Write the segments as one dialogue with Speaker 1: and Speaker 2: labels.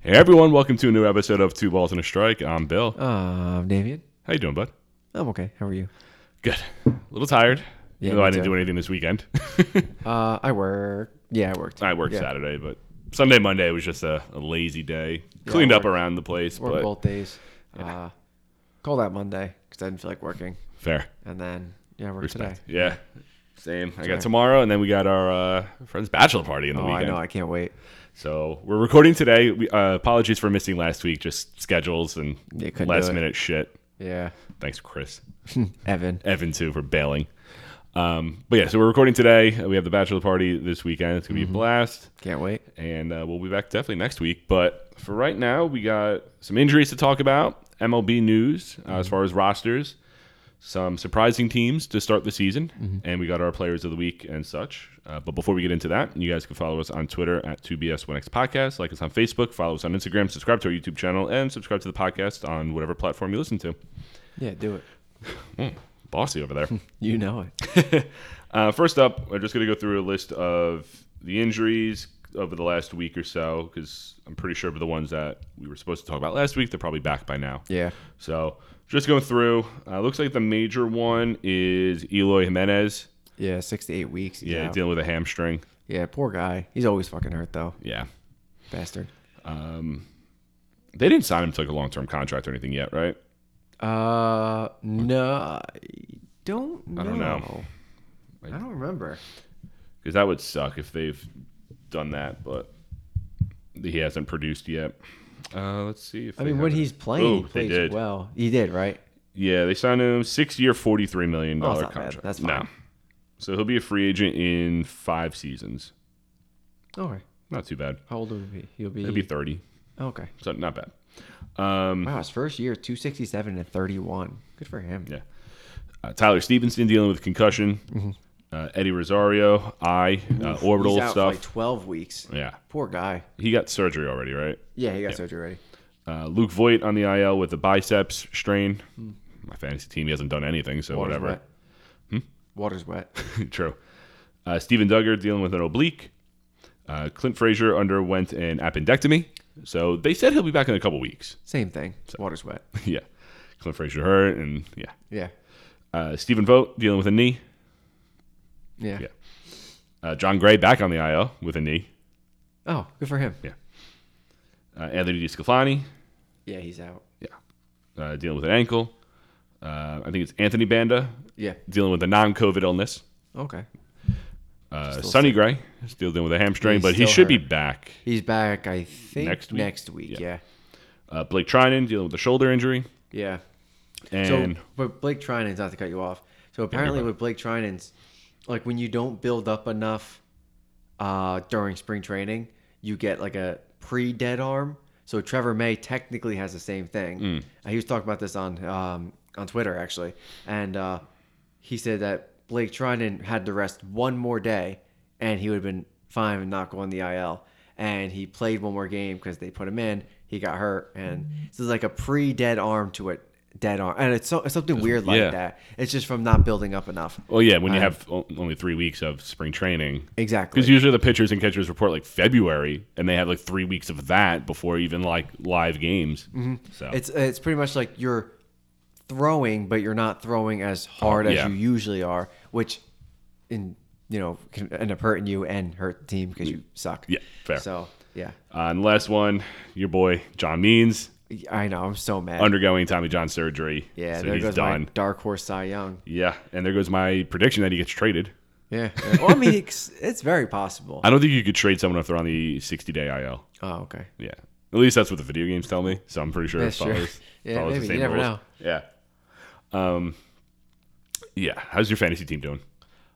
Speaker 1: Hey everyone, welcome to a new episode of Two Balls and a Strike. I'm Bill.
Speaker 2: Um, Damien,
Speaker 1: How you doing, bud?
Speaker 2: I'm okay. How are you?
Speaker 1: Good. A little tired.
Speaker 2: Yeah,
Speaker 1: though I
Speaker 2: me
Speaker 1: didn't
Speaker 2: too.
Speaker 1: do anything this weekend.
Speaker 2: Uh, I work. Yeah, I worked.
Speaker 1: I worked
Speaker 2: Yeah.
Speaker 1: Saturday, but Sunday, Monday was just a, a lazy day. Cleaned up around the place,
Speaker 2: Worked
Speaker 1: but
Speaker 2: both days. Uh, call that Monday because I didn't feel like working,
Speaker 1: fair.
Speaker 2: and then yeah, I worked
Speaker 1: Respect.
Speaker 2: today.
Speaker 1: Yeah. Same. I got tomorrow, and then we got our uh, friend's bachelor party in the
Speaker 2: Oh,
Speaker 1: weekend.
Speaker 2: I know. I can't wait.
Speaker 1: So we're recording today. We, uh, apologies for missing last week, just schedules and
Speaker 2: Yeah, couldn't do
Speaker 1: last
Speaker 2: it.
Speaker 1: minute shit.
Speaker 2: Yeah,
Speaker 1: Thanks, Chris.
Speaker 2: Evan.
Speaker 1: Evan too for bailing. Um, but yeah, so we're recording today. Uh, We have the bachelor party this weekend. It's gonna be a blast,
Speaker 2: Can't wait.
Speaker 1: and uh, we'll be back definitely next week. But for right now, we got some injuries to talk about, MLB news uh, as far as rosters, some surprising teams to start the season, and we got our players of the week and such. Uh, but before we get into that, you guys can follow us on Twitter at 2BS1X Podcast, like us on Facebook, follow us on Instagram, subscribe to our YouTube channel, and subscribe to the podcast on whatever platform you listen to.
Speaker 2: Yeah, do it.
Speaker 1: Bossy over there.
Speaker 2: You know it.
Speaker 1: Uh, first up, we're just going to go through a list of the injuries over the last week or so, because I'm pretty sure the ones that we were supposed to talk about last week, they're probably back by now.
Speaker 2: Yeah.
Speaker 1: So just going through, uh, looks like the major one is Eloy Jimenez.
Speaker 2: Yeah, six to eight weeks. he's
Speaker 1: Yeah,
Speaker 2: out.
Speaker 1: dealing with a hamstring.
Speaker 2: yeah. Poor guy. He's always fucking hurt though,
Speaker 1: Yeah.
Speaker 2: bastard.
Speaker 1: They didn't sign him to like a long term contract or anything yet, right?
Speaker 2: Uh, no, I don't. Know.
Speaker 1: I don't know.
Speaker 2: I don't remember.
Speaker 1: Because that would suck if they've done that, but he hasn't produced yet. Uh, let's see if
Speaker 2: I
Speaker 1: they
Speaker 2: mean,
Speaker 1: have
Speaker 2: when
Speaker 1: it.
Speaker 2: he's playing,
Speaker 1: Oh,
Speaker 2: he
Speaker 1: they
Speaker 2: plays
Speaker 1: did.
Speaker 2: well. He did, right?
Speaker 1: Yeah, they signed him six year, forty three million
Speaker 2: Oh, it's
Speaker 1: dollar
Speaker 2: not bad.
Speaker 1: contract.
Speaker 2: That's fine.
Speaker 1: No. So he'll be a free agent in five seasons.
Speaker 2: Okay.
Speaker 1: Not too bad.
Speaker 2: How old will he be? He'll be.
Speaker 1: He'll be thirty,
Speaker 2: okay.
Speaker 1: so not bad. Um,
Speaker 2: Wow, his first year, 267 and 31. Good for him.
Speaker 1: yeah. Uh, Tyler Stevenson dealing with concussion. Uh, Eddie Rosario eye uh, orbital
Speaker 2: Mm-hmm. He's out
Speaker 1: stuff.
Speaker 2: for like 12 weeks.
Speaker 1: yeah,
Speaker 2: Poor guy.
Speaker 1: he got surgery already, right?
Speaker 2: Yeah, he got surgery already.
Speaker 1: Uh, Luke Voigt on the IL with a biceps strain.
Speaker 2: Hmm.
Speaker 1: My fantasy team he hasn't done anything, so
Speaker 2: Water's
Speaker 1: whatever. Hmm?
Speaker 2: wet. Water's wet.
Speaker 1: True. Uh, Steven Duggar dealing with an oblique. Uh, Clint Frazier underwent an appendectomy. So they said he'll be back in a couple weeks.
Speaker 2: Same thing. Water's wet.
Speaker 1: yeah. Clint Frazier hurt, and yeah.
Speaker 2: Yeah.
Speaker 1: Uh, Steven Vogt dealing with a knee.
Speaker 2: Yeah.
Speaker 1: Yeah. Uh, John Gray back on the IO with a knee.
Speaker 2: Oh, good for him.
Speaker 1: Uh, Anthony DiScalfani
Speaker 2: Yeah, he's out.
Speaker 1: uh, dealing with an ankle. Uh, I think it's Anthony Banda
Speaker 2: Yeah.
Speaker 1: dealing with a non COVID illness.
Speaker 2: Okay.
Speaker 1: Uh,
Speaker 2: Still
Speaker 1: Sonny Gray still dealing with a hamstring,
Speaker 2: He's
Speaker 1: but he
Speaker 2: still
Speaker 1: should be
Speaker 2: hurt.
Speaker 1: back.
Speaker 2: He's back, I think,
Speaker 1: Next
Speaker 2: next
Speaker 1: week?
Speaker 2: week. Next week.
Speaker 1: Yeah.
Speaker 2: Yeah. Yeah.
Speaker 1: Uh, Blake Trinan dealing with a shoulder injury. And
Speaker 2: so, but Blake Trinan's not to cut you off. So apparently, with Blake Trinan's, like when you don't build up enough uh, during spring training, you get like a pre dead arm. So Trevor May technically has the same thing.
Speaker 1: Mm.
Speaker 2: Uh, he was talking about this on um, on Twitter actually, and uh, he said that Blake Trinan had to rest one more day, and he would have been fine and not go on the IL. And he played one more game because they put him in. He got hurt, and this is like a pre dead arm to a dead arm, and it's, so, it's something weird like
Speaker 1: yeah.
Speaker 2: that. It's just from not building up enough.
Speaker 1: Well, yeah,
Speaker 2: Uh-huh.
Speaker 1: when you have o- only three weeks of spring training.
Speaker 2: Exactly.
Speaker 1: Because usually the pitchers and catchers report like February, and they have like three weeks of that before even like live games. So
Speaker 2: Mm-hmm. It's it's pretty much like you're throwing, but you're not throwing as hard
Speaker 1: yeah.
Speaker 2: as you usually are, which in you know can end up hurting you and hurt the team because you suck.
Speaker 1: Mm. Yeah, fair.
Speaker 2: So yeah,
Speaker 1: uh, and last one, your boy John Means
Speaker 2: I know I'm so mad.
Speaker 1: undergoing Tommy John surgery.
Speaker 2: yeah,
Speaker 1: so
Speaker 2: there
Speaker 1: he's
Speaker 2: goes
Speaker 1: done.
Speaker 2: my dark horse Cy Young.
Speaker 1: yeah, and there goes my prediction that he gets traded.
Speaker 2: Yeah. well, I mean, it's, it's very possible.
Speaker 1: I don't think you could trade someone if they're on the 60 day IL.
Speaker 2: Oh, okay.
Speaker 1: Yeah, at least that's what the video games tell me. So I'm pretty sure
Speaker 2: That's
Speaker 1: it
Speaker 2: true.
Speaker 1: follows.
Speaker 2: Yeah,
Speaker 1: follows
Speaker 2: maybe. You never know.
Speaker 1: Yeah. Um. Yeah. How's your fantasy team doing?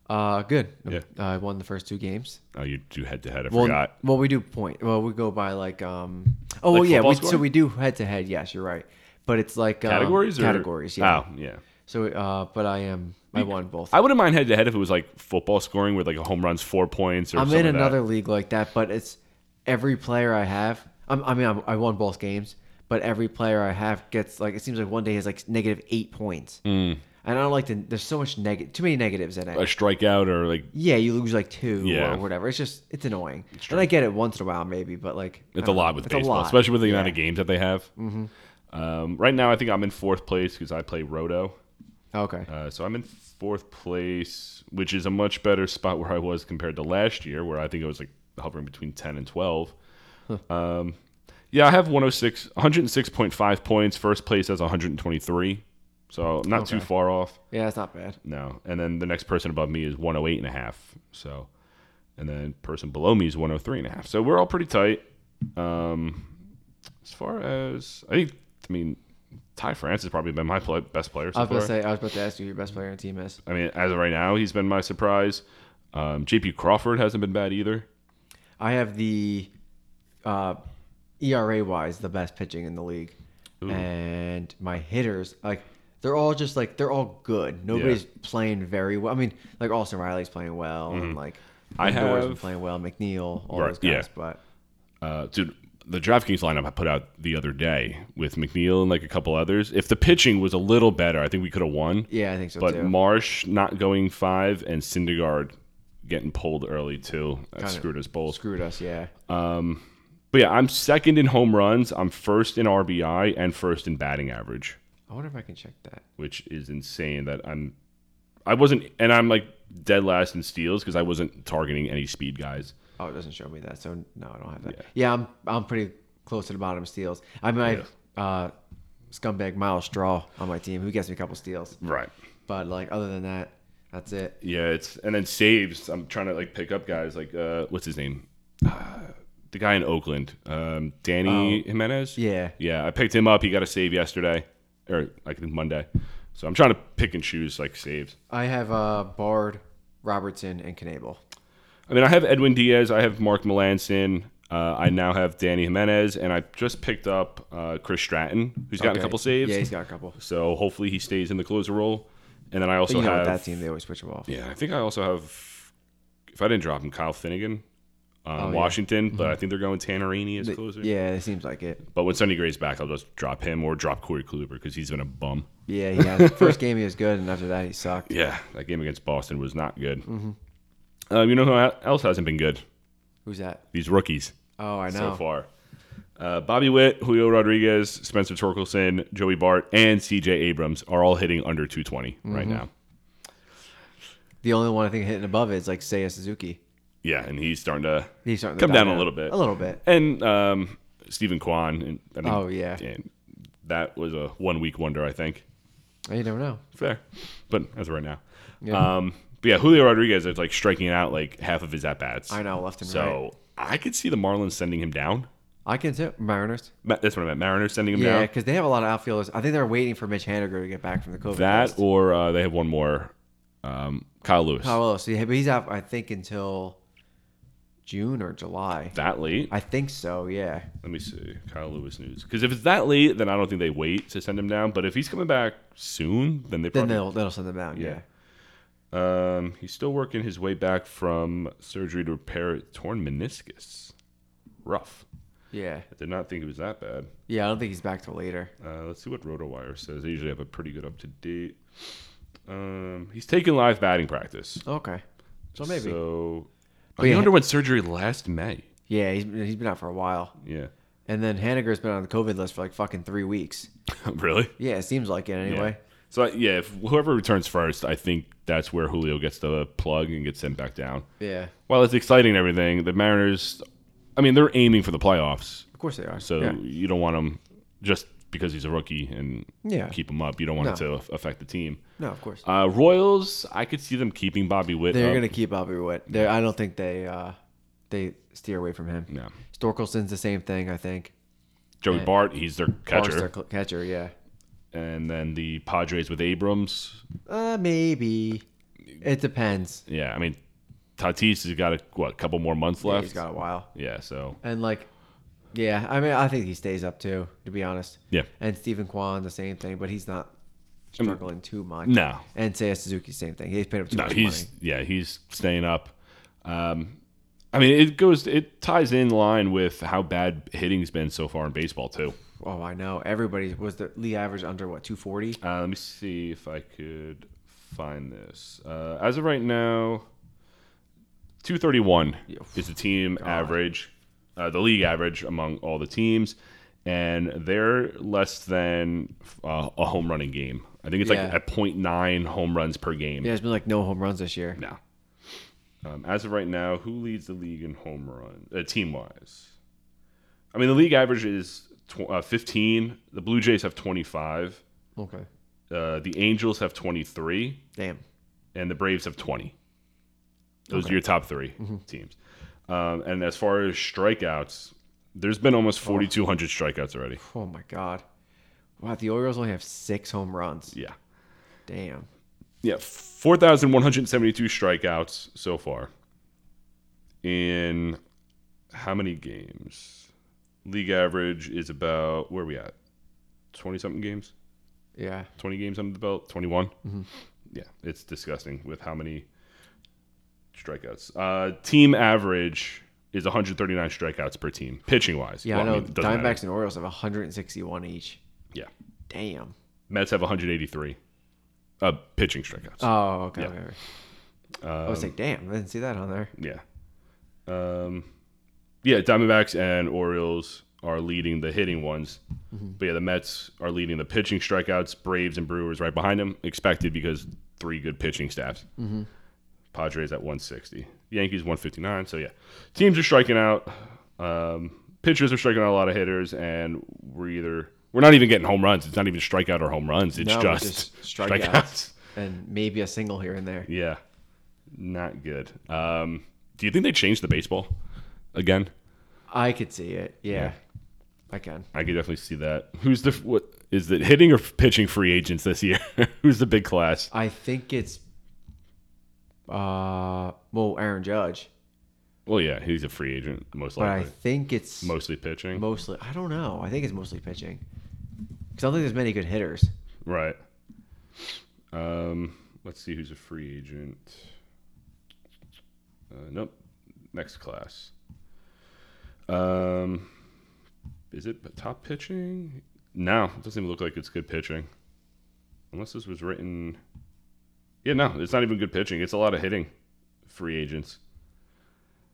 Speaker 2: Uh, good.
Speaker 1: Yeah.
Speaker 2: I won the first two games.
Speaker 1: Oh, you do head to head. I
Speaker 2: Well,
Speaker 1: forgot.
Speaker 2: well, we do point. Well, we go by like um. Oh,
Speaker 1: Like
Speaker 2: well, yeah.
Speaker 1: football
Speaker 2: We,
Speaker 1: score?
Speaker 2: so we do head to head. Yes, you're right. But it's like um,
Speaker 1: categories or
Speaker 2: Categories. Yeah.
Speaker 1: Oh, yeah.
Speaker 2: So, uh, but I am. I won both.
Speaker 1: I wouldn't mind head to head if it was like football scoring with like a home run's four points or
Speaker 2: I'm
Speaker 1: something.
Speaker 2: in another league like that, but it's every player I have. I'm, I mean, I'm, I won
Speaker 1: Hmm.
Speaker 2: both games, but every player I have gets like it seems like one day has like negative eight points. And I don't like the. There's so much negative, too many negatives in it.
Speaker 1: a strikeout or like
Speaker 2: yeah, you lose like two
Speaker 1: Yeah.
Speaker 2: or whatever. It's just it's annoying. and I get it once in a while maybe, but like I
Speaker 1: it's a
Speaker 2: don't know.
Speaker 1: lot with
Speaker 2: Uh, It's a
Speaker 1: baseball,
Speaker 2: lot.
Speaker 1: especially with the amount
Speaker 2: Yeah. Mm-hmm.
Speaker 1: of games that they have. Um, right now, I think I'm in fourth place because I play Roto.
Speaker 2: Okay.
Speaker 1: Uh, so I'm in fourth place, which is a much better spot where I was compared to last year, where I think I was like hovering between 10 and 12. Um, yeah, I have 106, 106.5 points. First place has 123. So not too far off.
Speaker 2: Yeah, it's not bad.
Speaker 1: No. And then the next person above me is 108 and a half. So, and then person below me is 103 and a half. So we're all pretty tight. Um, as far as I think, I mean, Ty France has probably been my pl- best player. So
Speaker 2: I was
Speaker 1: far.
Speaker 2: about to say I was about to ask you who your best player on your team is.
Speaker 1: I mean, as of right now, he's been my surprise. Um, JP Crawford hasn't been bad either.
Speaker 2: I have the uh, ERA wise the best pitching in the league, and my hitters like they're all just like they're all good. Nobody's playing very well. I mean, like Austin Riley's playing well, and like
Speaker 1: Mm-hmm. I
Speaker 2: Lindor's been
Speaker 1: have-
Speaker 2: playing well. McNeil, all
Speaker 1: Right,
Speaker 2: those
Speaker 1: yeah.
Speaker 2: guys, but
Speaker 1: Uh, dude, the DraftKings lineup I put out the other day with McNeil and like a couple others. If the pitching was a little better, I think we could have won.
Speaker 2: yeah, I think so
Speaker 1: But
Speaker 2: too.
Speaker 1: Marsh not going five and Syndergaard getting pulled early too that screwed us both.
Speaker 2: Screwed us, yeah.
Speaker 1: But yeah, I'm second in home runs. I'm first in RBI and first in batting average.
Speaker 2: I wonder if I can check that.
Speaker 1: which is insane that I'm I wasn't and I'm like dead last in steals because I wasn't targeting any speed guys.
Speaker 2: Oh, it doesn't show me that. So no, I don't have that. Yeah, I'm I'm pretty close to the bottom of steals. I mean, I have, uh, scumbag Miles Straw on my team who gets me a couple steals,
Speaker 1: Right.
Speaker 2: but like other than that, that's it.
Speaker 1: Yeah, it's and then saves. I'm trying to like pick up guys like uh what's his name? Uh, the guy in Oakland. Um Danny Jimenez.
Speaker 2: Oh. Yeah,
Speaker 1: Yeah, I picked him up. He got a save yesterday or like Monday. So I'm trying to pick and choose like saves.
Speaker 2: I have uh Bard, Robertson, and Knable.
Speaker 1: I mean, I have Edwin Diaz. I have Mark Melanson. Uh, I now have Danny Jimenez, and I just picked up uh, Chris Stratton, who's gotten
Speaker 2: Okay.
Speaker 1: a couple saves.
Speaker 2: Yeah, he's got a couple.
Speaker 1: So hopefully he stays in the closer role. And then I also
Speaker 2: you know,
Speaker 1: have
Speaker 2: with that team they always switch them off.
Speaker 1: yeah, I think I also have if I didn't drop him, Kyle Finnegan, um,
Speaker 2: Oh, yeah. Mm-hmm.
Speaker 1: Washington, but I think they're going Tannerini as closer.
Speaker 2: Yeah, it seems like it.
Speaker 1: But when Sonny Gray's back, I'll just drop him or drop Corey Kluber because he's been a bum.
Speaker 2: Yeah, he has. First game he was good, and after that he sucked.
Speaker 1: Yeah, that game against Boston was not good.
Speaker 2: Mm-hmm.
Speaker 1: Um, you know who else hasn't been good?
Speaker 2: Who's that?
Speaker 1: These rookies
Speaker 2: Oh, I know.
Speaker 1: so far. Uh, Bobby Witt, Julio Rodriguez, Spencer Torkelson, Joey Bart, and C.J. Abrams are all hitting under 220
Speaker 2: Mm-hmm.
Speaker 1: right now.
Speaker 2: The only one I think hitting above is like Seiya Suzuki.
Speaker 1: Yeah, and he's starting to
Speaker 2: He's starting to
Speaker 1: come
Speaker 2: die
Speaker 1: down a little bit.
Speaker 2: A little bit.
Speaker 1: and um, Stephen Kwan. And I think,
Speaker 2: Oh, yeah.
Speaker 1: and that was a one week wonder, I think.
Speaker 2: You never know.
Speaker 1: Fair, but as of right now,
Speaker 2: Yeah.
Speaker 1: um, but yeah, Julio Rodriguez is like striking out like half of his at bats.
Speaker 2: I know left and right.
Speaker 1: So I could see the Marlins sending him down.
Speaker 2: I can too. Mariners.
Speaker 1: Ma- That's what I meant. Mariners sending him
Speaker 2: Yeah,
Speaker 1: down.
Speaker 2: because they have a lot of outfielders. I think they're waiting for Mitch Haniger to get back from the COVID.
Speaker 1: That
Speaker 2: test.
Speaker 1: or uh, they have one more, um, Kyle Lewis.
Speaker 2: Oh, well, so yeah, but he's out. I think until June or July.
Speaker 1: that late?
Speaker 2: I think so. Yeah.
Speaker 1: Let me see. Kyle Lewis news. Because if it's that late, then I don't think they wait to send him down. But if he's coming back soon, then they
Speaker 2: Then
Speaker 1: probably
Speaker 2: they'll they'll send them out. Yeah.
Speaker 1: Yeah. Um, he's still working his way back from surgery to repair a torn meniscus. Rough.
Speaker 2: Yeah.
Speaker 1: I did not think it was that bad.
Speaker 2: Yeah. I don't think he's back till later.
Speaker 1: Uh, let's see what RotoWire says. They usually have a pretty good up to date. Um, he's taking live batting practice.
Speaker 2: Okay. So maybe.
Speaker 1: So
Speaker 2: But
Speaker 1: he
Speaker 2: yeah.
Speaker 1: underwent surgery last May.
Speaker 2: Yeah. He's been- he's been out for a while,
Speaker 1: Yeah.
Speaker 2: and then Haniger's been on the COVID list for like fucking three weeks.
Speaker 1: really?
Speaker 2: Yeah, it seems like it anyway.
Speaker 1: So yeah, if whoever returns first, I think that's where Julio gets the plug and gets sent back down.
Speaker 2: Yeah.
Speaker 1: While it's exciting and everything, the Mariners, I mean, they're aiming for the playoffs.
Speaker 2: Of course they are.
Speaker 1: So
Speaker 2: yeah.
Speaker 1: you don't want him just because he's a rookie and
Speaker 2: Yeah.
Speaker 1: keep him up. You don't want it to aff- affect the team.
Speaker 2: no, of course.
Speaker 1: Uh, Royals, I could see them keeping Bobby Witt.
Speaker 2: They're
Speaker 1: up.
Speaker 2: gonna keep Bobby Witt. They're, I don't think they uh, they steer away from him.
Speaker 1: No.
Speaker 2: Storkelson's the same thing. I think.
Speaker 1: Joey Bart, he's their catcher,
Speaker 2: Barnes, their cl- catcher, yeah.
Speaker 1: and then the Padres with Abrams.
Speaker 2: Uh, maybe. It depends.
Speaker 1: Yeah, I mean, Tatis has got a what a couple more months left.
Speaker 2: He's got a while,
Speaker 1: yeah, so
Speaker 2: and like, yeah. I mean, I think he stays up too, to be honest.
Speaker 1: Yeah.
Speaker 2: And Stephen Kwan, the same thing, but he's not struggling too much.
Speaker 1: no,
Speaker 2: And Seiya Suzuki, same thing. He's paid up too
Speaker 1: no,
Speaker 2: much
Speaker 1: he's
Speaker 2: money.
Speaker 1: yeah, he's staying up. Um, I mean, it goes, it ties in line with how bad hitting's been so far in baseball too.
Speaker 2: Oh, I know. Everybody was the league average under what two forty.
Speaker 1: Uh, let me see if I could find this. Uh, as of right now, 231 is the team average, uh, the league average among all the teams, and they're less than uh, a home running game. I think it's
Speaker 2: Yeah.
Speaker 1: like a 0.9 home runs per game.
Speaker 2: Yeah, there's been like no home runs this year.
Speaker 1: No. Um, as of right now, who leads the league in home run uh, team wise? I mean, the league average is tw- uh, 15. The Blue Jays have 25.
Speaker 2: Okay.
Speaker 1: Uh, the Angels have 23
Speaker 2: Damn.
Speaker 1: and the Braves have 20. Those are your top 3 teams. Um, and as far as strikeouts, there's been almost 4,200 strikeouts already.
Speaker 2: Oh my god. Wow, the Orioles only have six home runs.
Speaker 1: Yeah.
Speaker 2: Damn.
Speaker 1: Yeah. 4,172 strikeouts so far in how many games? League average is about, where are we at? 20 something games?
Speaker 2: Yeah.
Speaker 1: 20 games under the belt, 21.
Speaker 2: Mm-hmm.
Speaker 1: Yeah, it's disgusting with how many strikeouts. Uh, team average is 139 strikeouts per team, pitching wise.
Speaker 2: Yeah, I know.
Speaker 1: it doesn't
Speaker 2: Diamondbacks
Speaker 1: matter.
Speaker 2: and Orioles have 161 each.
Speaker 1: Yeah.
Speaker 2: Damn.
Speaker 1: Mets have 183 uh, pitching strikeouts.
Speaker 2: Oh, okay. okay, okay.
Speaker 1: Um,
Speaker 2: I was like, damn, I didn't see that on there.
Speaker 1: yeah. Um, yeah, Diamondbacks and Orioles are leading the hitting ones.
Speaker 2: Mm-hmm.
Speaker 1: But yeah, the Mets are leading the pitching strikeouts. Braves and Brewers right behind them, expected because three good pitching staffs.
Speaker 2: Mm-hmm.
Speaker 1: Padres at 160. Yankees 159. So yeah, teams are striking out. Um, pitchers are striking out a lot of hitters, and we're either we're not even getting home runs. It's not even strikeout or home runs. It's
Speaker 2: No, we're
Speaker 1: just,
Speaker 2: just strikeouts.
Speaker 1: strikeouts.
Speaker 2: And maybe a single here and there.
Speaker 1: Yeah, not good. Um, do you think they changed the baseball again?
Speaker 2: I could see it. Yeah. I can.
Speaker 1: I could definitely see that. Who's the what is it hitting or pitching free agents this year? Who's the big class?
Speaker 2: I think it's, uh, well, Aaron Judge,
Speaker 1: Well, yeah, he's a free agent most
Speaker 2: but I
Speaker 1: likely.
Speaker 2: think it's
Speaker 1: Mostly pitching,
Speaker 2: mostly, I don't know. I think it's mostly pitching. Because I don't think there's many good hitters.
Speaker 1: right? Um, let's see who's a free agent. Uh, nope, next class. Um, is it top pitching? No, it doesn't even look like it's good pitching. Unless this was written. Yeah, no, it's not even good pitching. It's a lot of hitting free agents.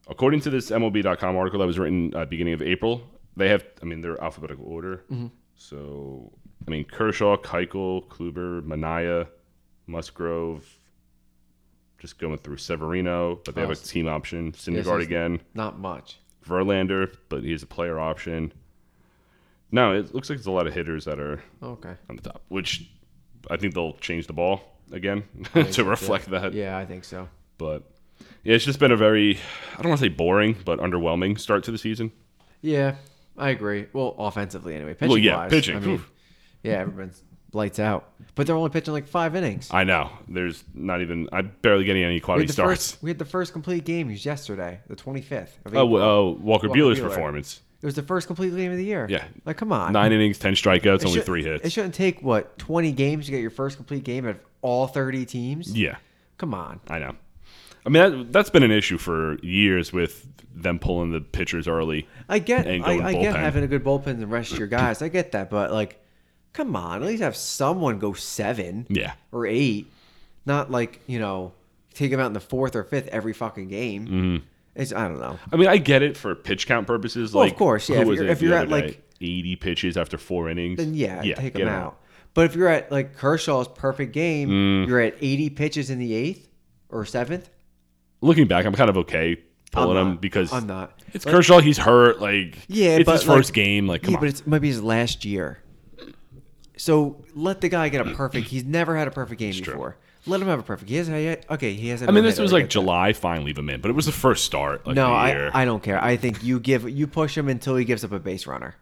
Speaker 1: According to this MLB.com article that was written uh, beginning of April, they have, I mean, they're alphabetical order. So, I mean, Kershaw, Keuchel, Kluber, Mania, Musgrove, just going through Severino, but they have a
Speaker 2: Awesome.
Speaker 1: team option.
Speaker 2: Yes,
Speaker 1: Syndergaard
Speaker 2: yes.
Speaker 1: again.
Speaker 2: Not much.
Speaker 1: Verlander, but he's a player option. No, it looks like there's a lot of hitters that are
Speaker 2: Okay.
Speaker 1: on the top, which I think they'll change the ball again to reflect that.
Speaker 2: Yeah, I think so.
Speaker 1: But yeah, it's just been a very, I don't want to say boring, but underwhelming start to the season.
Speaker 2: Yeah, I agree. Well, offensively anyway. Pitching
Speaker 1: Well, yeah,
Speaker 2: wise,
Speaker 1: pitching,
Speaker 2: I mean,
Speaker 1: oof.
Speaker 2: yeah, everyone's lights out. But they're only pitching like five innings.
Speaker 1: I know. There's not even, I'm barely getting any quality
Speaker 2: the
Speaker 1: starts.
Speaker 2: first we had the first complete game was yesterday, the twenty fifth.
Speaker 1: Oh, well, oh, Walker,
Speaker 2: Walker
Speaker 1: Buehler's
Speaker 2: Buehler.
Speaker 1: performance.
Speaker 2: it was the first complete game of the year.
Speaker 1: Yeah.
Speaker 2: like come on,
Speaker 1: Nine innings, 10 strikeouts,
Speaker 2: It
Speaker 1: only
Speaker 2: should-
Speaker 1: three
Speaker 2: It
Speaker 1: hits.
Speaker 2: shouldn't take what twenty games to get your first complete game of all thirty teams.
Speaker 1: Yeah.
Speaker 2: Come on,
Speaker 1: I know. I mean, that, that's been an issue for years with them pulling the pitchers early.
Speaker 2: I get,
Speaker 1: And
Speaker 2: I,
Speaker 1: going
Speaker 2: I get
Speaker 1: bullpen.
Speaker 2: having a good bullpen and rest your guys. I get that, but like, come on, at least have someone go seven.
Speaker 1: Yeah.
Speaker 2: or eight, not like you know take them out in the fourth or fifth every fucking game.
Speaker 1: Mm-hmm.
Speaker 2: It's I don't know.
Speaker 1: I mean, I get it for pitch count purposes.
Speaker 2: Well, of
Speaker 1: like,
Speaker 2: course, yeah,
Speaker 1: who
Speaker 2: if
Speaker 1: was
Speaker 2: you're-
Speaker 1: it
Speaker 2: if
Speaker 1: the
Speaker 2: you're
Speaker 1: other
Speaker 2: at, like-
Speaker 1: day? eighty pitches after four innings,
Speaker 2: Then yeah, take
Speaker 1: get
Speaker 2: them
Speaker 1: 'em
Speaker 2: out. But if you're at like Kershaw's perfect game,
Speaker 1: Mm.
Speaker 2: you're at 80 pitches in the eighth or seventh.
Speaker 1: Looking back, I'm kind of okay pulling
Speaker 2: I'm
Speaker 1: him
Speaker 2: not-
Speaker 1: because
Speaker 2: I'm not.
Speaker 1: It's Kershaw. He's hurt. Like,
Speaker 2: Yeah,
Speaker 1: it's
Speaker 2: but,
Speaker 1: his
Speaker 2: like-
Speaker 1: first game. Like, come
Speaker 2: yeah,
Speaker 1: on.
Speaker 2: but it's maybe his last year. So let the guy get a perfect. He's never had a perfect game
Speaker 1: true.
Speaker 2: before. Let him have a perfect. He has had okay. He has. had
Speaker 1: I mean,
Speaker 2: no
Speaker 1: this
Speaker 2: hitter,
Speaker 1: was
Speaker 2: I
Speaker 1: like
Speaker 2: get that.
Speaker 1: July. Fine, leave him in. But it was the first start. Like,
Speaker 2: No,
Speaker 1: of the
Speaker 2: I,
Speaker 1: year.
Speaker 2: I don't care. I think you give you push him until he gives up a base runner.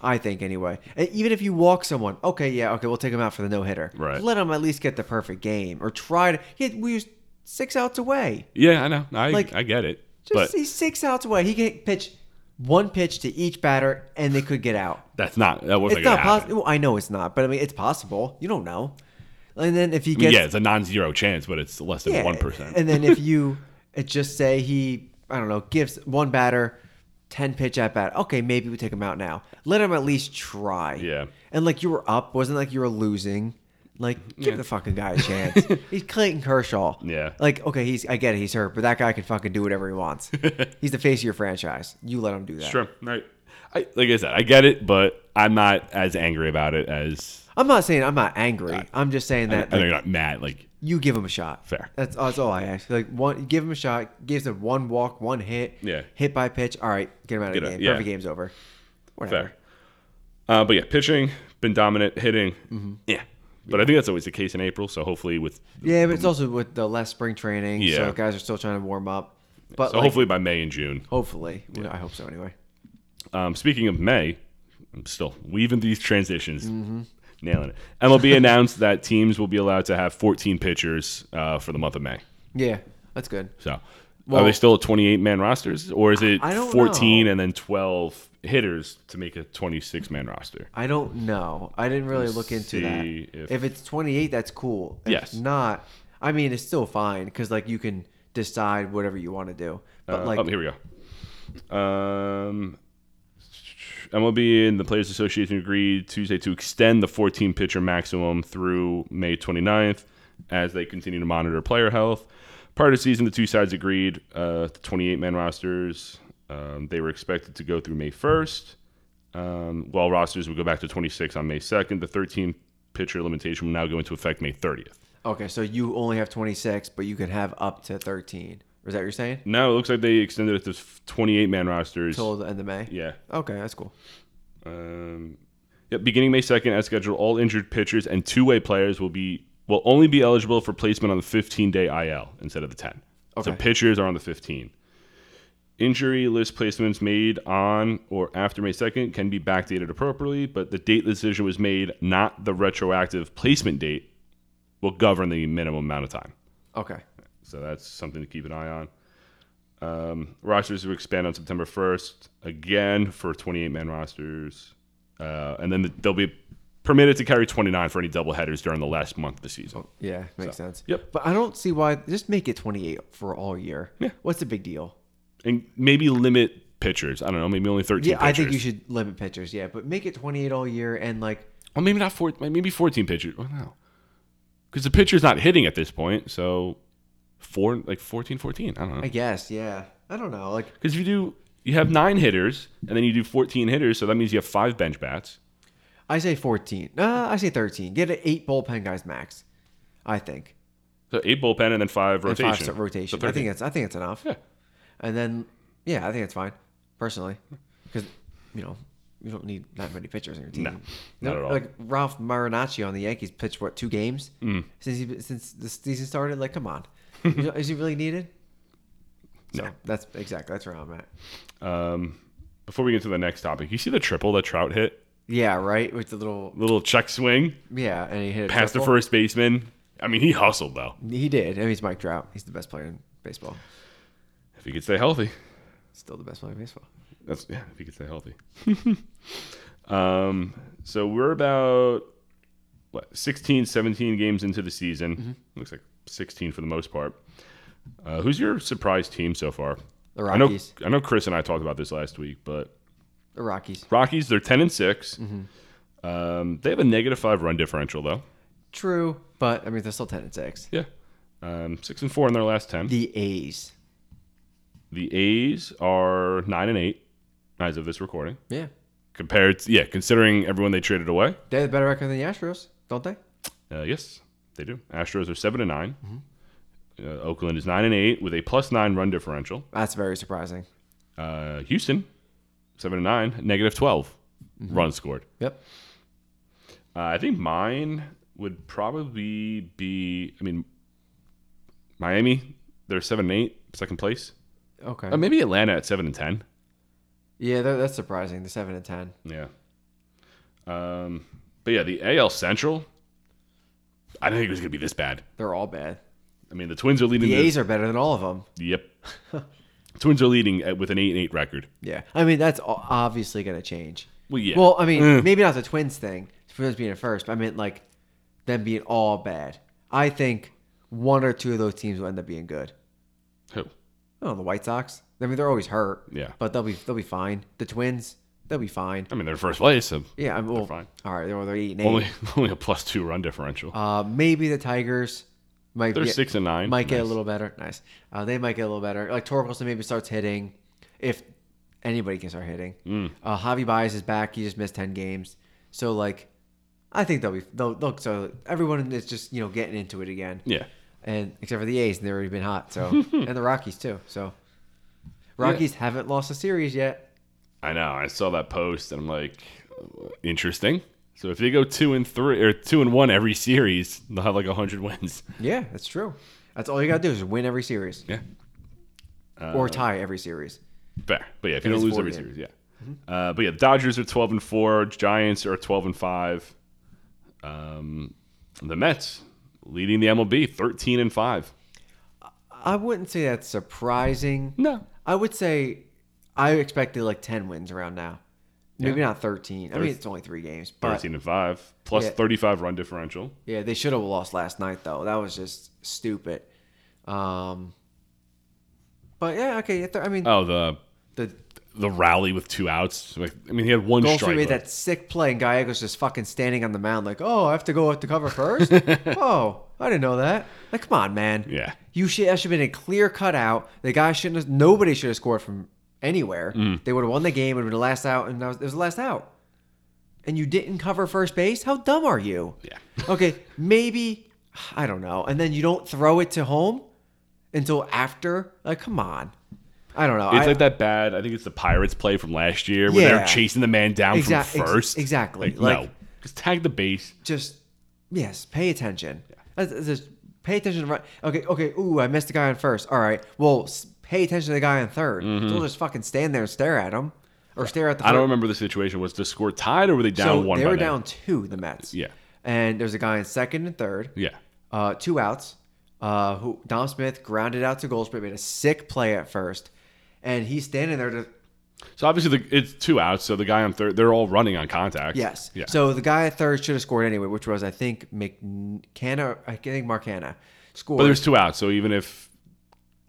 Speaker 2: I think anyway. And even if you walk someone, okay, yeah, okay, we'll take him out for the no hitter.
Speaker 1: Right.
Speaker 2: Let him at least get the perfect game or try to. He had, we was six outs away.
Speaker 1: yeah, I know. I
Speaker 2: Like,
Speaker 1: I get it.
Speaker 2: Just
Speaker 1: But
Speaker 2: he's six outs away. He can pitch one pitch to each batter, and they could get out.
Speaker 1: that's not that wasn't
Speaker 2: It's
Speaker 1: gonna
Speaker 2: not
Speaker 1: happen.
Speaker 2: possible. I know it's not, but I mean it's possible. You don't know. And then if
Speaker 1: I
Speaker 2: he
Speaker 1: mean,
Speaker 2: gets
Speaker 1: yeah, it's a non-zero chance, but it's less than one
Speaker 2: And then if you uh, just say he, I don't know, gives one batter 10 pitch at bat. Okay, maybe we take him out now. Let him at least try.
Speaker 1: Yeah.
Speaker 2: And like you were up, wasn't like you were losing. Like give the fucking guy a chance. he's Clayton Kershaw.
Speaker 1: Yeah.
Speaker 2: Like okay, he's I get it, he's hurt, but that guy can fucking do whatever he wants. he's the face of your franchise. You let him do that.
Speaker 1: Sure. Right. I, like I said, I get it, but I'm not as angry about it as
Speaker 2: I'm not saying I'm not angry. I'm just saying
Speaker 1: I
Speaker 2: that
Speaker 1: know
Speaker 2: like,
Speaker 1: you're not mad. Like
Speaker 2: you give him a shot.
Speaker 1: Fair.
Speaker 2: That's, that's all I ask. Like one, give him a shot. Gives him one walk, one hit.
Speaker 1: Yeah.
Speaker 2: Hit by pitch. All right, get him out of
Speaker 1: Get
Speaker 2: the
Speaker 1: out,
Speaker 2: game.
Speaker 1: yeah.
Speaker 2: Perfect game's over. Whatever.
Speaker 1: fair. Uh, but yeah, pitching been dominant, hitting,
Speaker 2: Mm-hmm.
Speaker 1: yeah. But I think that's always the case in April. So hopefully with
Speaker 2: Yeah, but it's also with the less spring training,
Speaker 1: Mm-hmm. Yeah.
Speaker 2: so guys are still trying to warm up. But
Speaker 1: so
Speaker 2: like,
Speaker 1: hopefully by May and June.
Speaker 2: hopefully, I hope so. Anyway,
Speaker 1: Um, speaking of May, I'm still weaving these transitions,
Speaker 2: Mm-hmm.
Speaker 1: nailing it. MLB announced that teams will be allowed to have 14 pitchers uh, for the month of May.
Speaker 2: yeah, that's good.
Speaker 1: So are
Speaker 2: Well-
Speaker 1: they still at 28 man rosters, or is it
Speaker 2: I don't
Speaker 1: 14
Speaker 2: know.
Speaker 1: and then 12 hitters to make a 26 man roster?
Speaker 2: I don't know. I didn't really look into that.
Speaker 1: see if-
Speaker 2: If, it's 28, that's cool. If
Speaker 1: Yes.
Speaker 2: Not. I mean, it's still fine because like you can decide whatever you want to do. But
Speaker 1: Uh,
Speaker 2: like,
Speaker 1: oh, here we go. Um, MLB and the Players Association agreed Tuesday to extend the 14 pitcher maximum through May 29th as they continue to monitor player health. Prior to season, the two sides agreed uh, the 28 man rosters. Um, they were expected to go through May 1st. Um, while rosters would go back to 26 on May 2nd, the 13 pitcher limitation will now go into effect May 30th.
Speaker 2: okay, so you only have 26, but you can have up to 13. Is that what you're saying?
Speaker 1: Now it looks like they extended it to 28 man rosters.
Speaker 2: Till the end of May.
Speaker 1: yeah.
Speaker 2: Okay, that's cool.
Speaker 1: Um, yeah, beginning May 2nd, as scheduled, all injured pitchers and two way players will be will only be eligible for placement on the 15 day IL instead of the 10. So
Speaker 2: Okay.
Speaker 1: pitchers are on the 15. Injury list placements made on or after May 2nd can be backdated appropriately, but the date the decision was made, not the retroactive placement date, will govern the minimum amount of time.
Speaker 2: Okay.
Speaker 1: So that's something to keep an eye on. Um, rosters will expand on September 1st again for 28 man rosters. Uh, and then the, they'll be permitted to carry 29 for any doubleheaders during the last month of the season.
Speaker 2: Yeah, makes sense.
Speaker 1: yep.
Speaker 2: But I don't see why. Just make it 28 for all year.
Speaker 1: Yeah.
Speaker 2: What's the big deal?
Speaker 1: And maybe limit pitchers. I don't know, maybe only 13
Speaker 2: Yeah, I think you
Speaker 1: pitchers.
Speaker 2: should limit pitchers. Yeah, but make it 28 all year and like
Speaker 1: Well, maybe not four, maybe 14 pitchers. Well, no. Because the pitcher's not hitting at this point. So four, like 14, 14. I don't know.
Speaker 2: I guess yeah. I don't know. Like
Speaker 1: Because if you do, you have nine hitters and then you do 14 hitters. So that means you have five bench bats.
Speaker 2: I say 14. Uh, I say 13. Get an eight bullpen guys max. I think.
Speaker 1: So eight bullpen and then five
Speaker 2: And
Speaker 1: rotation.
Speaker 2: Five rotation.
Speaker 1: So
Speaker 2: I think
Speaker 1: 13.
Speaker 2: that's I think it's enough.
Speaker 1: Yeah.
Speaker 2: And then yeah, I think it's fine personally because you know you don't need that many pitchers in your team.
Speaker 1: No, not at all.
Speaker 2: Like Ralph Marinacci on the Yankees pitched what two games
Speaker 1: Mm.
Speaker 2: since he, since the season started. Like come on, You know, is he really needed? So that's exactly that's where I'm at.
Speaker 1: Um, before we get to the next topic, you see the triple that Trout hit?
Speaker 2: Yeah, right. With the little
Speaker 1: Little check swing
Speaker 2: yeah, and he hit a
Speaker 1: past the
Speaker 2: triple.
Speaker 1: first baseman. I mean, he hustled though.
Speaker 2: He did. I mean, he's Mike Trout. He's the best player in baseball.
Speaker 1: If he could stay healthy,
Speaker 2: Still the best player in baseball.
Speaker 1: that's yeah. If he could stay healthy. um, so we're about what 16, 17 games into the season.
Speaker 2: Mm-hmm.
Speaker 1: Looks like sixteen for the most part. Uh, who's your surprise team so far?
Speaker 2: The
Speaker 1: I know,
Speaker 2: Rockies.
Speaker 1: I know. Chris and I talked about this last week, but
Speaker 2: The Rockies.
Speaker 1: Rockies, they're 10 and 6. Um, they have a negative five run differential, though.
Speaker 2: True, but I mean they're still ten and six.
Speaker 1: Yeah. Um, 6 and 4 in their last 10. The,
Speaker 2: The A's.
Speaker 1: A's are 9 and 8 as of this recording.
Speaker 2: Yeah,
Speaker 1: Compared to, yeah, considering everyone they traded away.
Speaker 2: they have a better record than the Astros, don't they?
Speaker 1: Uh, yes, they do. Astros are 7 and 9. Uh, Oakland is 9 and 8 with a plus 9 run differential.
Speaker 2: That's very surprising.
Speaker 1: Uh, Houston, 7 and 9, negative 12 runs scored.
Speaker 2: Yep.
Speaker 1: Uh, I think mine would probably be. I mean, Miami. They're seven and eight, second place.
Speaker 2: Okay.
Speaker 1: Uh, maybe Atlanta at seven and ten.
Speaker 2: yeah, that, that's surprising. The seven and ten.
Speaker 1: Yeah. Um, but yeah, the AL Central. I didn't think it was gonna be this bad.
Speaker 2: They're all bad.
Speaker 1: I mean, the Twins are leading.
Speaker 2: The
Speaker 1: The
Speaker 2: A's are better than all of them.
Speaker 1: Yep. Twins are leading at, with an eight and eight record.
Speaker 2: Yeah. I mean that's o- obviously going to change.
Speaker 1: Well, yeah. Mm.
Speaker 2: Well, I mean maybe not the Twins thing for those being at first. But I meant like them being all bad. I think one or two of those teams will end up being good.
Speaker 1: Who?
Speaker 2: Oh, the White Sox. They- I mean, they're always hurt.
Speaker 1: Yeah.
Speaker 2: But they'll be they'll be fine. The Twins, they'll be fine.
Speaker 1: I mean, they're first place. So
Speaker 2: Yeah, I'm well,
Speaker 1: fine.
Speaker 2: All right, they're, well, they're eight and eight.
Speaker 1: only only a plus two run differential.
Speaker 2: Uh, maybe the Tigers might
Speaker 1: they're
Speaker 2: get,
Speaker 1: six and nine.
Speaker 2: might get a
Speaker 1: Nice.
Speaker 2: little better. Nice. Uh, they might get a little better. Like Torkelson maybe starts hitting, if anybody can start hitting.
Speaker 1: Mm.
Speaker 2: Uh, Javi Baez is back. He just missed ten games, so like, I think they'll be they'll look. So everyone is just you know getting into it again,
Speaker 1: Yeah.
Speaker 2: and except for the A's, and they've already been hot. So and the Rockies too. So Rockies haven't lost a series yet.
Speaker 1: I know. I saw that post and I'm like, interesting. So if they go two and three or two and one every series, they'll have like hundred wins.
Speaker 2: Yeah, that's true. That's all you gotta do is win every series
Speaker 1: Yeah,
Speaker 2: or tie every series.
Speaker 1: fair. But yeah, if you
Speaker 2: It
Speaker 1: don't
Speaker 2: is
Speaker 1: lose
Speaker 2: four
Speaker 1: every
Speaker 2: games. Mm-hmm.
Speaker 1: series, yeah. Uh, but yeah, the Dodgers are twelve and four. Giants are twelve and five. Um, the Mets leading the MLB thirteen and five.
Speaker 2: I wouldn't say that's surprising.
Speaker 1: No,
Speaker 2: I would say I expected like 10 wins around now. Maybe not 13. I mean, it's only three games. But
Speaker 1: thirteen and five plus
Speaker 2: Yeah.
Speaker 1: thirty-five run differential.
Speaker 2: yeah, they should have lost last night, though. That was just stupid. Um, but yeah, okay. I, th- I mean,
Speaker 1: Oh, the
Speaker 2: the
Speaker 1: the rally with two outs. Like, I mean, he had one
Speaker 2: Dolphin
Speaker 1: strike.
Speaker 2: made that sick play, and Gallegos just fucking standing on the mound, like, oh, I have to go up to cover first? oh, I didn't know that. Like, come on, man.
Speaker 1: Yeah.
Speaker 2: You should, that should have been a clear cutout. The guy shouldn't have, nobody should have scored from anywhere.
Speaker 1: Mm.
Speaker 2: They would have won the game, it would have been the last out, and that was, it was the last out. And you didn't cover first base? How dumb are you?
Speaker 1: Yeah.
Speaker 2: okay, maybe, I don't know. And then you don't throw it to home until after? Like, come on. I don't know.
Speaker 1: It's
Speaker 2: I,
Speaker 1: like that bad. I think it's the Pirates play from last year where
Speaker 2: Yeah.
Speaker 1: they're chasing the man down
Speaker 2: Exact-
Speaker 1: from
Speaker 2: ex-
Speaker 1: first.
Speaker 2: exactly.
Speaker 1: Like,
Speaker 2: Like-
Speaker 1: no, just tag the base.
Speaker 2: just yes, pay attention. That's- that's Just pay attention. to Right. Okay. Okay. Ooh, I missed the guy on first. All right. Well, s- pay attention to the guy on 3rd do Don't just fucking stand there and stare at him or stare at the.
Speaker 1: Mm-hmm. I don't
Speaker 2: fir-
Speaker 1: remember the situation. Was the score tied or were they down
Speaker 2: so
Speaker 1: one?
Speaker 2: They
Speaker 1: by
Speaker 2: were
Speaker 1: then?
Speaker 2: down two. The Mets.
Speaker 1: Yeah.
Speaker 2: And there's a guy in second and third.
Speaker 1: Yeah.
Speaker 2: Uh, two outs. Uh, who Dom Smith grounded out to Goldsberry made a sick play at first, and he's standing there to
Speaker 1: So obviously the, it's two outs. So the guy on third, they're all running on contact.
Speaker 2: Yes.
Speaker 1: Yeah.
Speaker 2: So the guy at third should have scored anyway, which was I think McCanna. I think Marcana scored.
Speaker 1: but there's two outs. So even if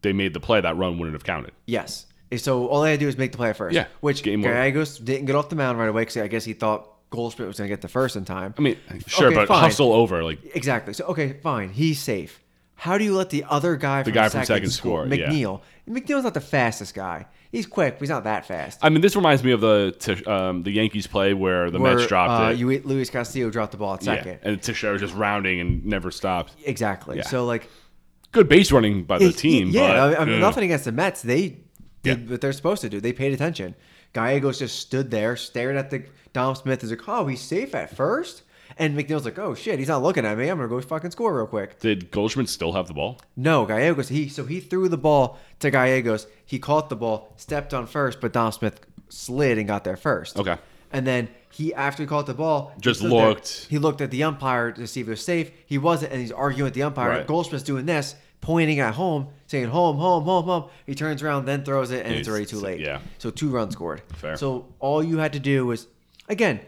Speaker 1: they made the play, that run wouldn't have counted.
Speaker 2: Yes. So all they had to do is make the play at first.
Speaker 1: Yeah.
Speaker 2: Which
Speaker 1: Game over.
Speaker 2: Gallegos didn't get off the mound right away because I guess he thought Goldschmidt was going to get the first in time.
Speaker 1: I mean, sure,
Speaker 2: Okay,
Speaker 1: but
Speaker 2: fine.
Speaker 1: hustle over. Like
Speaker 2: Exactly. So okay, fine. He's safe. How do you let the other guy from
Speaker 1: guy from
Speaker 2: second,
Speaker 1: second
Speaker 2: sc-
Speaker 1: score, yeah.
Speaker 2: McNeil? McNeil's not the fastest guy. He's quick, but he's not that fast.
Speaker 1: I mean, this reminds me of the Tish- um, the Yankees play where the Mets
Speaker 2: Where,
Speaker 1: dropped
Speaker 2: uh,
Speaker 1: it.
Speaker 2: you- Luis Castillo dropped the ball at second.
Speaker 1: yeah, and Teixeira was just rounding and never stopped.
Speaker 2: Exactly.
Speaker 1: Yeah.
Speaker 2: So like
Speaker 1: Good base running by the
Speaker 2: It-
Speaker 1: team.
Speaker 2: Yeah,
Speaker 1: but,
Speaker 2: I mean,
Speaker 1: ugh.
Speaker 2: nothing against the Mets. They did
Speaker 1: Yeah.
Speaker 2: what they're supposed to do. They paid attention. Gallegos just stood there, stared at the Dom Smith. Is like, oh, he's safe at first. And McNeil's like, oh shit, he's not looking at me. I'm gonna go fucking score real quick.
Speaker 1: Did Goldschmidt still have the ball?
Speaker 2: No, Gallegos. He so he threw the ball to Gallegos. He caught the ball, stepped on first, but Dom Smith slid and got there first.
Speaker 1: Okay.
Speaker 2: And then he, after he caught the ball, he
Speaker 1: Just
Speaker 2: stood there.
Speaker 1: looked.
Speaker 2: he looked at the umpire to see if it was safe. He wasn't, and he's arguing with the umpire.
Speaker 1: Right.
Speaker 2: Goldschmidt's doing this, pointing at home, saying home, home, home, home. He turns around, then throws it, and it's
Speaker 1: It's-
Speaker 2: already too late.
Speaker 1: yeah.
Speaker 2: So two runs scored.
Speaker 1: Fair.
Speaker 2: So all you had to do was, again,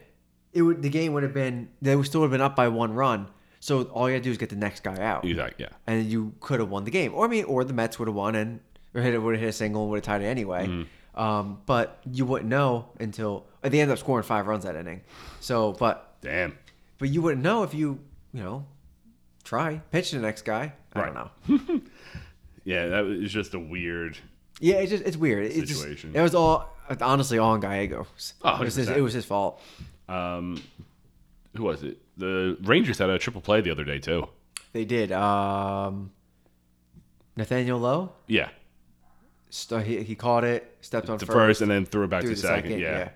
Speaker 2: it would the game would have been they would still have been up by one run. So all you had to do is get the next guy out
Speaker 1: Exactly. Yeah.
Speaker 2: and you could have won the game. Or I mean, or the Mets would have won and or hit would have hit a single and would have tied it anyway.
Speaker 1: Mm.
Speaker 2: Um, but you wouldn't know until or they ended up scoring five runs that inning. So, but
Speaker 1: Damn.
Speaker 2: but you wouldn't know if you you know try pitch to the next guy. I don't
Speaker 1: Right.
Speaker 2: know.
Speaker 1: Yeah, that was just a weird.
Speaker 2: Yeah, it's just it's weird. It, just-
Speaker 1: Situation.
Speaker 2: it was all honestly all on Gallegos.
Speaker 1: Oh,
Speaker 2: it, was his,
Speaker 1: 100%.
Speaker 2: it was his fault.
Speaker 1: Um, who was it? The Rangers had a triple play the other day too.
Speaker 2: They did. Um, Nathaniel Lowe,
Speaker 1: Yeah,
Speaker 2: st- he, he caught it, stepped on
Speaker 1: to
Speaker 2: first,
Speaker 1: first, and then threw it back
Speaker 2: threw
Speaker 1: to
Speaker 2: the
Speaker 1: second. Yeah.
Speaker 2: yeah.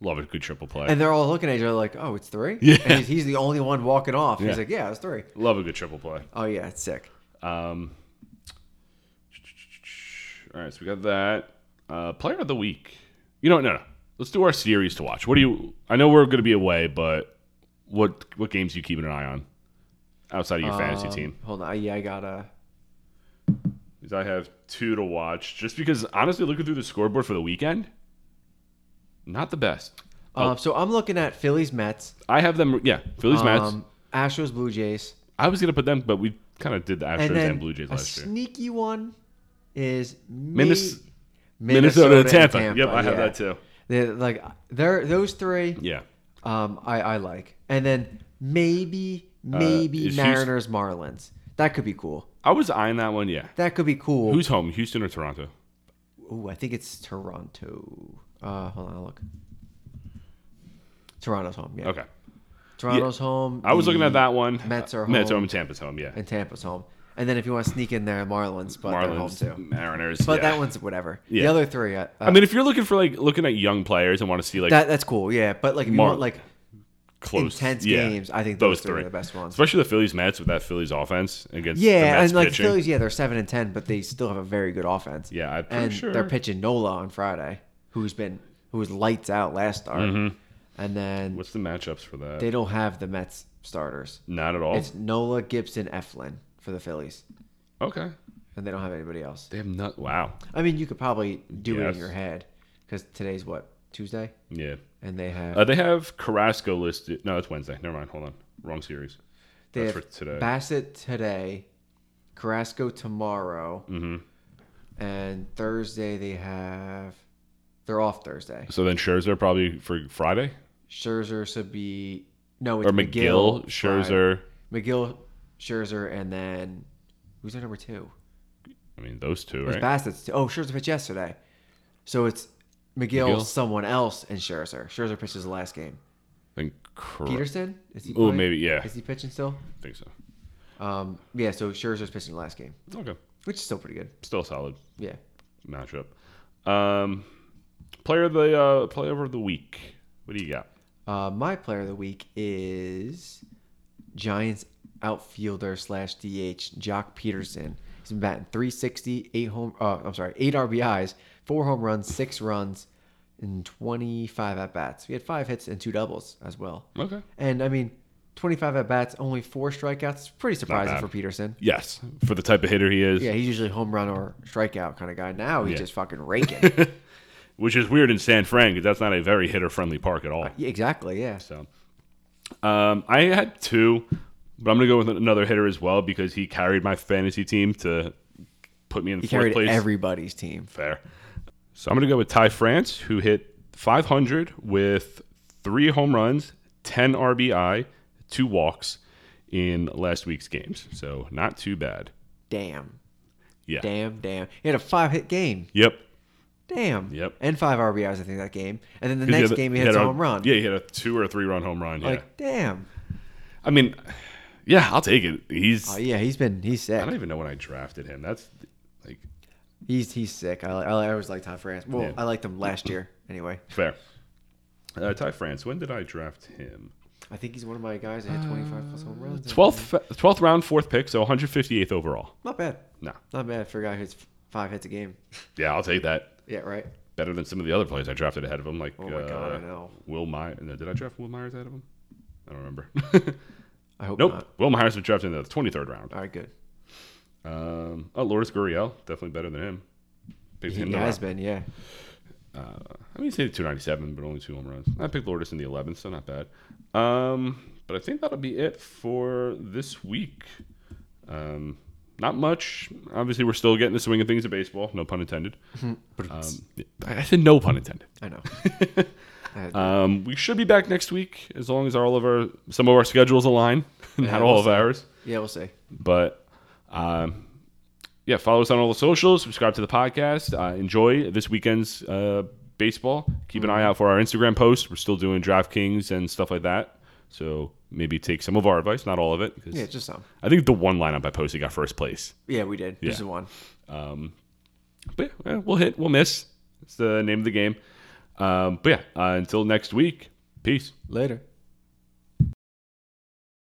Speaker 1: love it. Good triple play.
Speaker 2: And they're all looking at each other like, oh, it's three?
Speaker 1: Yeah.
Speaker 2: And he's, he's the only one walking off.
Speaker 1: Yeah.
Speaker 2: He's like, yeah, it's three.
Speaker 1: love a good triple play.
Speaker 2: Oh, yeah, it's sick.
Speaker 1: Um, all right, so we got that uh, player of the week. You know, what? no, no. Let's do our series to watch. What do you? I know we're going to be away, but what what games are you keeping an eye on outside of your fantasy
Speaker 2: Um,
Speaker 1: team?
Speaker 2: Hold on. Yeah, I got to
Speaker 1: Because I have two to watch. Just because, honestly, looking through the scoreboard for the weekend, not the best. Oh.
Speaker 2: Um, so I'm looking at Phillies, Mets,
Speaker 1: I have them. Yeah, Phillies, Mets.
Speaker 2: um, Astros, Blue Jays.
Speaker 1: I was gonna put them, but we kind of did the Astros
Speaker 2: And
Speaker 1: and,
Speaker 2: then
Speaker 1: Blue Jays
Speaker 2: a
Speaker 1: last year.
Speaker 2: sneaky one is Min-
Speaker 1: Minnes- Minnesota,
Speaker 2: and
Speaker 1: to Tampa. Yep, I
Speaker 2: yeah.
Speaker 1: have that too.
Speaker 2: They're, like they're those three.
Speaker 1: Yeah.
Speaker 2: Um, I, I like, and then maybe maybe
Speaker 1: Uh, is Houst-
Speaker 2: Mariners Marlins. That could be cool.
Speaker 1: I was eyeing that one, yeah.
Speaker 2: That could be cool.
Speaker 1: Who's home, Houston or Toronto?
Speaker 2: Ooh, I think it's Toronto. Uh, hold on, I'll look. Toronto's home. Yeah.
Speaker 1: Okay.
Speaker 2: Toronto's home.
Speaker 1: I was
Speaker 2: the
Speaker 1: looking at that one.
Speaker 2: Mets are
Speaker 1: Mets
Speaker 2: home.
Speaker 1: home and Tampa's home, yeah.
Speaker 2: And Tampa's home. And then if you want to sneak in there, Marlins, but they're home
Speaker 1: Marlins,
Speaker 2: too.
Speaker 1: Mariners.
Speaker 2: But
Speaker 1: yeah.
Speaker 2: that one's whatever. The
Speaker 1: Yeah.
Speaker 2: other three, uh,
Speaker 1: I mean, if you're looking for like looking at young players and want to see like
Speaker 2: that that's cool. Yeah, but like if you
Speaker 1: Mar-
Speaker 2: want like
Speaker 1: close
Speaker 2: intense
Speaker 1: yeah,
Speaker 2: games, I think those, three are the best ones.
Speaker 1: Especially the Phillies Mets with that Phillies offense against the
Speaker 2: Yeah,
Speaker 1: Mets
Speaker 2: and like
Speaker 1: pitching.
Speaker 2: the Phillies, yeah, they're seven and ten, but they still have a very good offense.
Speaker 1: Yeah, I'm pretty
Speaker 2: and
Speaker 1: sure.
Speaker 2: they're pitching Nola on Friday, who's been who was lights out last start, and then
Speaker 1: Mm-hmm. What's the matchups for that?
Speaker 2: they don't have the Mets starters.
Speaker 1: Not at all.
Speaker 2: It's Nola, Gibson, Eflin for the Phillies,
Speaker 1: okay.
Speaker 2: and they don't have anybody else.
Speaker 1: They have not. Wow.
Speaker 2: I mean, you could probably do it in
Speaker 1: Yes.
Speaker 2: your head because today's what Tuesday,
Speaker 1: Yeah.
Speaker 2: and they have
Speaker 1: Uh, they have Carrasco listed. No, it's Wednesday. Never mind. Hold on. Wrong series.
Speaker 2: they
Speaker 1: that's
Speaker 2: have
Speaker 1: for today.
Speaker 2: Bassett today, Carrasco tomorrow,
Speaker 1: Mm-hmm.
Speaker 2: and Thursday they have. They're off Thursday.
Speaker 1: So then Scherzer probably for Friday
Speaker 2: Scherzer should be no, it's
Speaker 1: or McGill, Scherzer.
Speaker 2: Friday. McGill, Scherzer, and then who's their number two?
Speaker 1: I mean, those two,
Speaker 2: It's
Speaker 1: right?
Speaker 2: Bassett's. Two. Oh, Scherzer pitched yesterday, so it's McGill,
Speaker 1: McGill?
Speaker 2: someone else, and Scherzer. Scherzer pitched his last game.
Speaker 1: And Cor-
Speaker 2: Peterson is he?
Speaker 1: Oh,
Speaker 2: playing?
Speaker 1: maybe. Yeah,
Speaker 2: Is he pitching still?
Speaker 1: I think so.
Speaker 2: Um, yeah. So Scherzer's pitching the last game,
Speaker 1: Okay,
Speaker 2: which is still pretty good.
Speaker 1: still solid.
Speaker 2: Yeah.
Speaker 1: matchup. Um, player of the uh, player of the week. What do you got?
Speaker 2: Uh, my player of the week is Giants outfielder slash DH Jock Peterson. He's been batting 360, eight home. Uh, I'm sorry, eight RBIs, four home runs, six runs, and 25 at bats. We had five hits and two doubles as well.
Speaker 1: Okay.
Speaker 2: And I mean, 25 at bats, only four strikeouts. It's pretty surprising
Speaker 1: bad.
Speaker 2: for Peterson.
Speaker 1: Yes, for the type of hitter he is,
Speaker 2: Yeah, he's usually home run or strikeout kind of guy. Now he's
Speaker 1: Yeah.
Speaker 2: just fucking raking. yeah,
Speaker 1: which is weird in San Fran because that's not a very hitter friendly park at all.
Speaker 2: exactly. Yeah.
Speaker 1: So, um, I had two, but I'm gonna go with another hitter as well because he carried my fantasy team to put me in
Speaker 2: He
Speaker 1: fourth
Speaker 2: carried
Speaker 1: place.
Speaker 2: everybody's team.
Speaker 1: Fair. So I'm going to go with Ty France, who hit 500 with three home runs, 10 RBI, two walks in last week's games. So not too bad.
Speaker 2: Damn.
Speaker 1: Yeah.
Speaker 2: Damn, damn. He had a five hit game.
Speaker 1: Yep.
Speaker 2: Damn.
Speaker 1: Yep.
Speaker 2: And five RBIs, I think, that game. And then the
Speaker 1: 'Cause
Speaker 2: next
Speaker 1: had a-
Speaker 2: game, he hits a
Speaker 1: had
Speaker 2: home run.
Speaker 1: Yeah, he had a two or three run home run. Yeah.
Speaker 2: Like, damn.
Speaker 1: I mean, yeah, I'll take it. He's.
Speaker 2: Oh, yeah, he's been, he's
Speaker 1: I don't
Speaker 2: sick.
Speaker 1: even know when I drafted him. That's like
Speaker 2: He's he's sick. I, li- I, li- I always liked Tom France. Well,
Speaker 1: Yeah.
Speaker 2: I liked him last year, anyway.
Speaker 1: fair. Uh, Ty France. When did I draft him?
Speaker 2: I think he's one of my guys that hit 25 plus home runs.
Speaker 1: Twelfth, fe- twelfth round, fourth pick. So 158th overall.
Speaker 2: Not bad.
Speaker 1: No.
Speaker 2: Not bad for a guy who hits f- five hits a game.
Speaker 1: Yeah, I'll take that.
Speaker 2: Yeah, right?
Speaker 1: better than some of the other players I drafted ahead of him. Like,
Speaker 2: Oh, my God,
Speaker 1: uh,
Speaker 2: I know.
Speaker 1: Will Myers. No, did I draft Will Myers ahead of him? I don't remember.
Speaker 2: I hope
Speaker 1: nope.
Speaker 2: not.
Speaker 1: Will Myers was drafted in the 23rd round.
Speaker 2: All right, good. Ah.
Speaker 1: Um, oh, Lourdes Gurriel, definitely better than him. Picked
Speaker 2: He
Speaker 1: him in the
Speaker 2: has
Speaker 1: round.
Speaker 2: been, yeah.
Speaker 1: I mean, he's hit 297, but only two home runs. I picked Lourdes in the 11th, so not bad. Um, but I think that'll be it for this week. Um, not much. Obviously, we're still getting the swing of things at baseball. No pun intended. um, I said no pun intended.
Speaker 2: I know.
Speaker 1: Um, we should be back next week as long as all of our some of our schedules align, not all of ours.
Speaker 2: yeah, we'll see.
Speaker 1: But um, yeah, follow us on all the socials. Subscribe to the podcast. Uh, enjoy this weekend's uh, baseball. Keep an eye out for our Instagram posts. We're still doing DraftKings and stuff like that. So maybe take some of our advice, not all of it. 'cause
Speaker 2: Yeah, just some.
Speaker 1: I think the one lineup I posted got first place.
Speaker 2: Yeah, we did. Just
Speaker 1: Yeah.
Speaker 2: the one.
Speaker 1: But yeah, we'll hit, we'll miss. It's the name of the game. Um, but yeah, uh, until next week, peace.
Speaker 2: Later.